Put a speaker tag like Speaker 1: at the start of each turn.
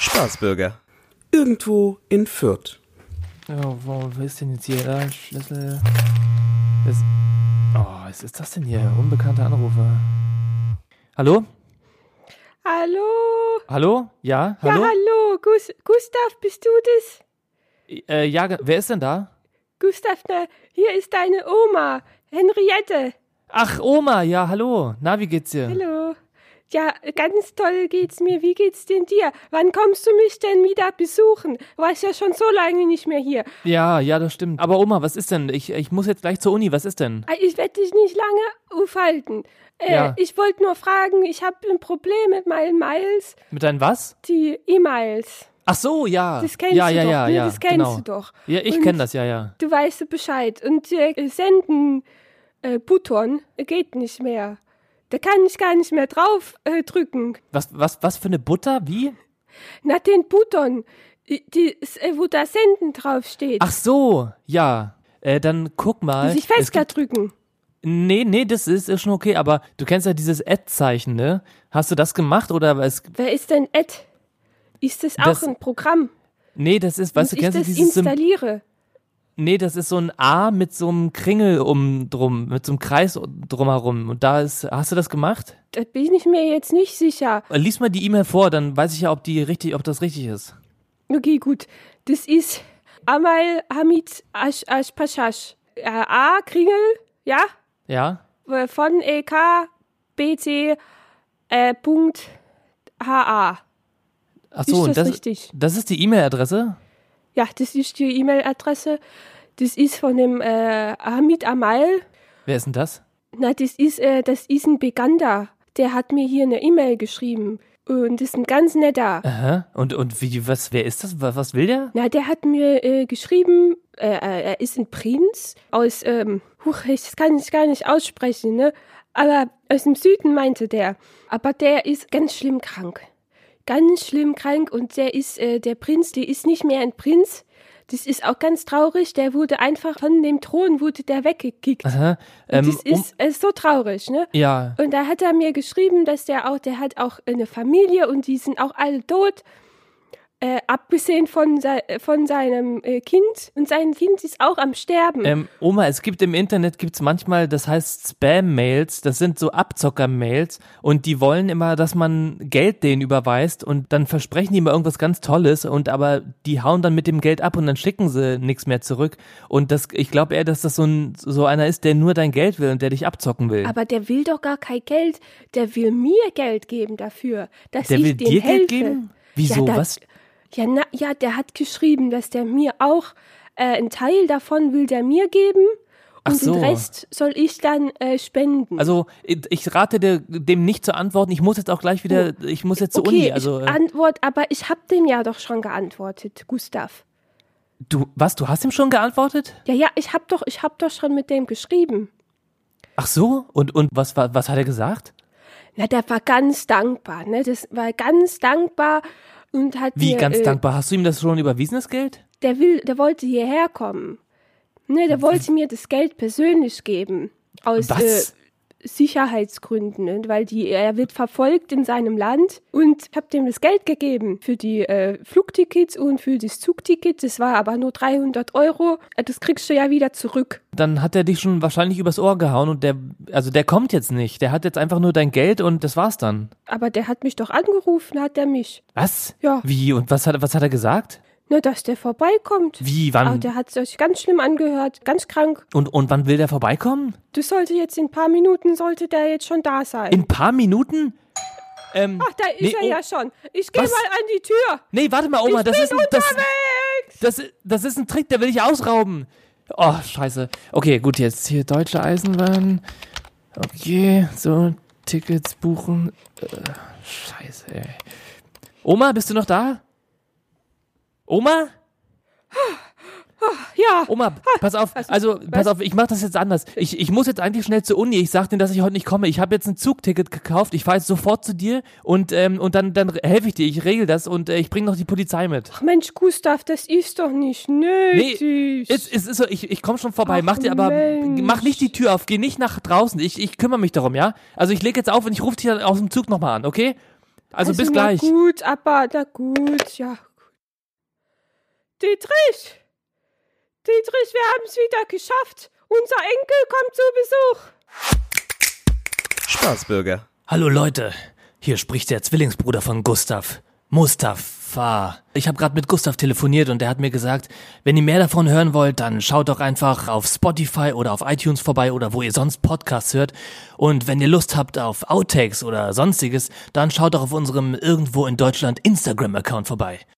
Speaker 1: Staatsbürger?
Speaker 2: Irgendwo in Fürth.
Speaker 3: Ja, wow, wo ist denn jetzt hier? Da, Schlüssel. Das, oh, was ist das denn hier? Unbekannte Anrufer. Hallo?
Speaker 4: Hallo?
Speaker 3: Hallo? Ja?
Speaker 4: Ja,
Speaker 3: Hallo?
Speaker 4: hallo. Gus Gustav, bist du das?
Speaker 3: Äh, ja, ge- wer ist denn da?
Speaker 4: Gustav, na, hier ist deine Oma, Henriette.
Speaker 3: Ach, Oma, ja, hallo. Na, wie geht's dir?
Speaker 4: Hallo. Ja, ganz toll geht's mir. Wie geht's denn dir? Wann kommst du mich denn wieder besuchen? Du warst ja schon so lange nicht mehr hier.
Speaker 3: Ja, ja, das stimmt. Aber Oma, was ist denn? Ich, ich muss jetzt gleich zur Uni. Was ist denn?
Speaker 4: Ah, Ich werde dich nicht lange aufhalten. Äh,
Speaker 3: Ja.
Speaker 4: Ich wollte nur fragen, ich habe ein Problem mit meinen Miles,
Speaker 3: Mit deinem was?
Speaker 4: die E-Miles.
Speaker 3: Ach so, ja.
Speaker 4: Das kennst
Speaker 3: ja,
Speaker 4: du
Speaker 3: ja,
Speaker 4: doch.
Speaker 3: Ja,
Speaker 4: ne?
Speaker 3: ja,
Speaker 4: das kennst
Speaker 3: genau.
Speaker 4: du doch.
Speaker 3: Ja, ich
Speaker 4: Und-
Speaker 3: kenne das, ja, ja.
Speaker 4: Du weißt Bescheid. Und äh, senden äh, Button geht nicht mehr. Da kann ich gar nicht mehr drauf äh, drücken.
Speaker 3: Was, was, was für eine Butter? Wie?
Speaker 4: Na, den Button, i- die, s- äh, wo da senden draufsteht.
Speaker 3: Ach so, ja. Äh, dann guck mal.
Speaker 4: Muss Also ich
Speaker 3: Es
Speaker 4: fester
Speaker 3: gibt-
Speaker 4: drücken.
Speaker 3: Nee, nee, das ist, ist schon okay, aber du kennst ja dieses Ad-Zeichen, ne? Hast du das gemacht oder was?
Speaker 4: Wer ist denn Ad? Ist das auch
Speaker 3: Das-
Speaker 4: ein Programm?
Speaker 3: Nee, das ist, weißt du,
Speaker 4: Und ich
Speaker 3: kennst du
Speaker 4: das
Speaker 3: dieses Sym-
Speaker 4: installiere?
Speaker 3: Nee, das ist so ein A mit so einem Kringel um drum, mit so einem Kreis drumherum. Und da ist, hast du das gemacht?
Speaker 4: Da bin ich mir jetzt nicht sicher.
Speaker 3: Äh, Lies mal die E-Mail vor, dann weiß ich ja, ob die richtig, ob das richtig ist.
Speaker 4: Okay, gut. Das ist Amal Hamid Ash Ash Pashash. Äh, A, Kringel, ja?
Speaker 3: Ja?
Speaker 4: äh, Von E EK BC äh, Punkt HA.
Speaker 3: Ach
Speaker 4: Ist
Speaker 3: so, und
Speaker 4: das
Speaker 3: das,
Speaker 4: richtig?
Speaker 3: das ist die E-Mail-Adresse?
Speaker 4: Ja, das ist die E-Mail-Adresse. Das ist von dem äh, Hamid Amal.
Speaker 3: Wer ist denn das?
Speaker 4: Na, das ist, äh, das ist ein Beganda. Der hat mir hier eine E-Mail geschrieben. Und das ist ein ganz netter.
Speaker 3: Aha. Und, und wie, was, wer ist das? Was, was will der?
Speaker 4: Na, der hat mir äh, geschrieben, äh, äh, er ist ein Prinz aus, ähm, huch, ich das kann ich gar nicht aussprechen, ne? Aber aus dem Süden meinte der. Aber der ist ganz schlimm krank. Ganz schlimm krank und der ist, äh, der Prinz, der ist nicht mehr ein Prinz. Das ist auch ganz traurig. Der wurde einfach von dem Thron, wurde der weggekickt.
Speaker 3: Aha.
Speaker 4: Und
Speaker 3: Ähm,
Speaker 4: das ist äh, so traurig, ne?
Speaker 3: um, ja.
Speaker 4: Und da hat er mir geschrieben, dass der auch, der hat auch eine Familie und die sind auch alle tot. Äh, abgesehen von, sei, von seinem äh, Kind. Und sein Kind ist auch am Sterben.
Speaker 3: Ähm, Oma, es gibt im Internet gibt's manchmal, das heißt Spam-Mails, das sind so Abzocker-Mails und die wollen immer, dass man Geld denen überweist und dann versprechen die immer irgendwas ganz Tolles und aber die hauen dann mit dem Geld ab und dann schicken sie nichts mehr zurück und das, ich glaube eher, dass das so, ein, so einer ist, der nur dein Geld will und der dich abzocken will.
Speaker 4: Aber der will doch gar kein Geld. Der will mir Geld geben dafür, dass
Speaker 3: der
Speaker 4: ich
Speaker 3: will
Speaker 4: dem
Speaker 3: dir
Speaker 4: helfe.
Speaker 3: Geld geben? Wieso?
Speaker 4: da-
Speaker 3: Was?
Speaker 4: Ja, na, ja, der hat geschrieben, dass der mir auch äh, einen Teil davon will der mir geben
Speaker 3: Ach
Speaker 4: und
Speaker 3: so.
Speaker 4: den Rest soll ich dann äh, spenden.
Speaker 3: Also ich ich rate dir, dem nicht zu antworten. Ich muss jetzt auch gleich wieder, ich muss jetzt zur
Speaker 4: Oh, okay,
Speaker 3: Uni. Also
Speaker 4: ich
Speaker 3: äh,
Speaker 4: antwort, aber ich hab dem ja doch schon geantwortet, Gustav.
Speaker 3: du, was? Du hast ihm schon geantwortet?
Speaker 4: Ja, ja, ich hab doch, ich hab doch schon mit dem geschrieben.
Speaker 3: Ach so? Und, und was, wa- was hat er gesagt?
Speaker 4: Na, der war ganz dankbar, ne? Das war ganz dankbar und hat
Speaker 3: Wie
Speaker 4: mir,
Speaker 3: ganz
Speaker 4: äh,
Speaker 3: dankbar? Hast du ihm das schon überwiesen, das Geld?
Speaker 4: Der will, der wollte hierher kommen. Ne, der wollte mir das Geld persönlich geben aus
Speaker 3: Was?
Speaker 4: Äh, Sicherheitsgründen, ne? weil die, er wird verfolgt in seinem Land und ich hab dem das Geld gegeben für die äh, Flugtickets und für das Zugticket. Das war aber nur 300 Euro. Äh, Das kriegst du ja wieder zurück.
Speaker 3: Dann hat er dich schon wahrscheinlich übers Ohr gehauen und der, also der kommt jetzt nicht. Der hat jetzt einfach nur dein Geld und das war's dann.
Speaker 4: Aber der hat mich doch angerufen, hat er mich.
Speaker 3: Was?
Speaker 4: Ja.
Speaker 3: Wie? Und was hat, was hat er gesagt?
Speaker 4: Nur, dass der vorbeikommt.
Speaker 3: Wie?
Speaker 4: Ah,
Speaker 3: Wann?
Speaker 4: der hat sich ganz schlimm angehört, ganz krank.
Speaker 3: Und, und wann will der vorbeikommen?
Speaker 4: Das sollte jetzt in ein paar Minuten, sollte der jetzt schon da sein.
Speaker 3: In ein paar Minuten? Ähm,
Speaker 4: Ach, da ist
Speaker 3: nee,
Speaker 4: er
Speaker 3: oh,
Speaker 4: ja schon. Ich gehe mal
Speaker 3: Was?
Speaker 4: an die Tür.
Speaker 3: Nee, warte mal, Oma,
Speaker 4: ich
Speaker 3: das
Speaker 4: bin
Speaker 3: ist ein, das,
Speaker 4: unterwegs.
Speaker 3: das, das ist ein Trick, der will ich ausrauben. Oh, scheiße. Okay, gut, jetzt hier Deutsche Eisenbahn. Okay, so, Tickets buchen. Äh, scheiße, ey. Oma, bist du noch da? Oma?
Speaker 4: ja,
Speaker 3: Oma, pass auf, also pass auf, ich mach das jetzt anders. Ich, ich muss jetzt eigentlich schnell zur Uni. Ich sag dir, dass ich heute nicht komme. Ich habe jetzt ein Zugticket gekauft. Ich fahr jetzt sofort zu dir und, ähm, und dann, dann helfe ich dir. Ich regel das und äh, ich bring noch die Polizei mit.
Speaker 4: Ach, Mensch, Gustav, das ist doch nicht nötig.
Speaker 3: Es, es ist so, ich, ich komme schon vorbei.
Speaker 4: Ach,
Speaker 3: mach dir aber,
Speaker 4: Mensch.
Speaker 3: mach nicht die Tür auf, geh nicht nach draußen. Ich, ich kümmere mich darum, ja? Also ich lege jetzt auf und ich rufe dich dann aus dem Zug nochmal an, okay? Also, bis gleich.
Speaker 4: Na gut, aber na gut, ja. Dietrich! Dietrich, wir haben es wieder geschafft! Unser Enkel kommt zu Besuch!
Speaker 2: Spaßbürger.
Speaker 3: Hallo Leute, hier spricht der Zwillingsbruder von Gustav. Mustafa. Ich habe gerade mit Gustav telefoniert und er hat mir gesagt, wenn ihr mehr davon hören wollt, dann schaut doch einfach auf Spotify oder auf iTunes vorbei oder wo ihr sonst Podcasts hört. Und wenn ihr Lust habt auf Outtakes oder sonstiges, dann schaut doch auf unserem irgendwo in Deutschland Instagram-Account vorbei.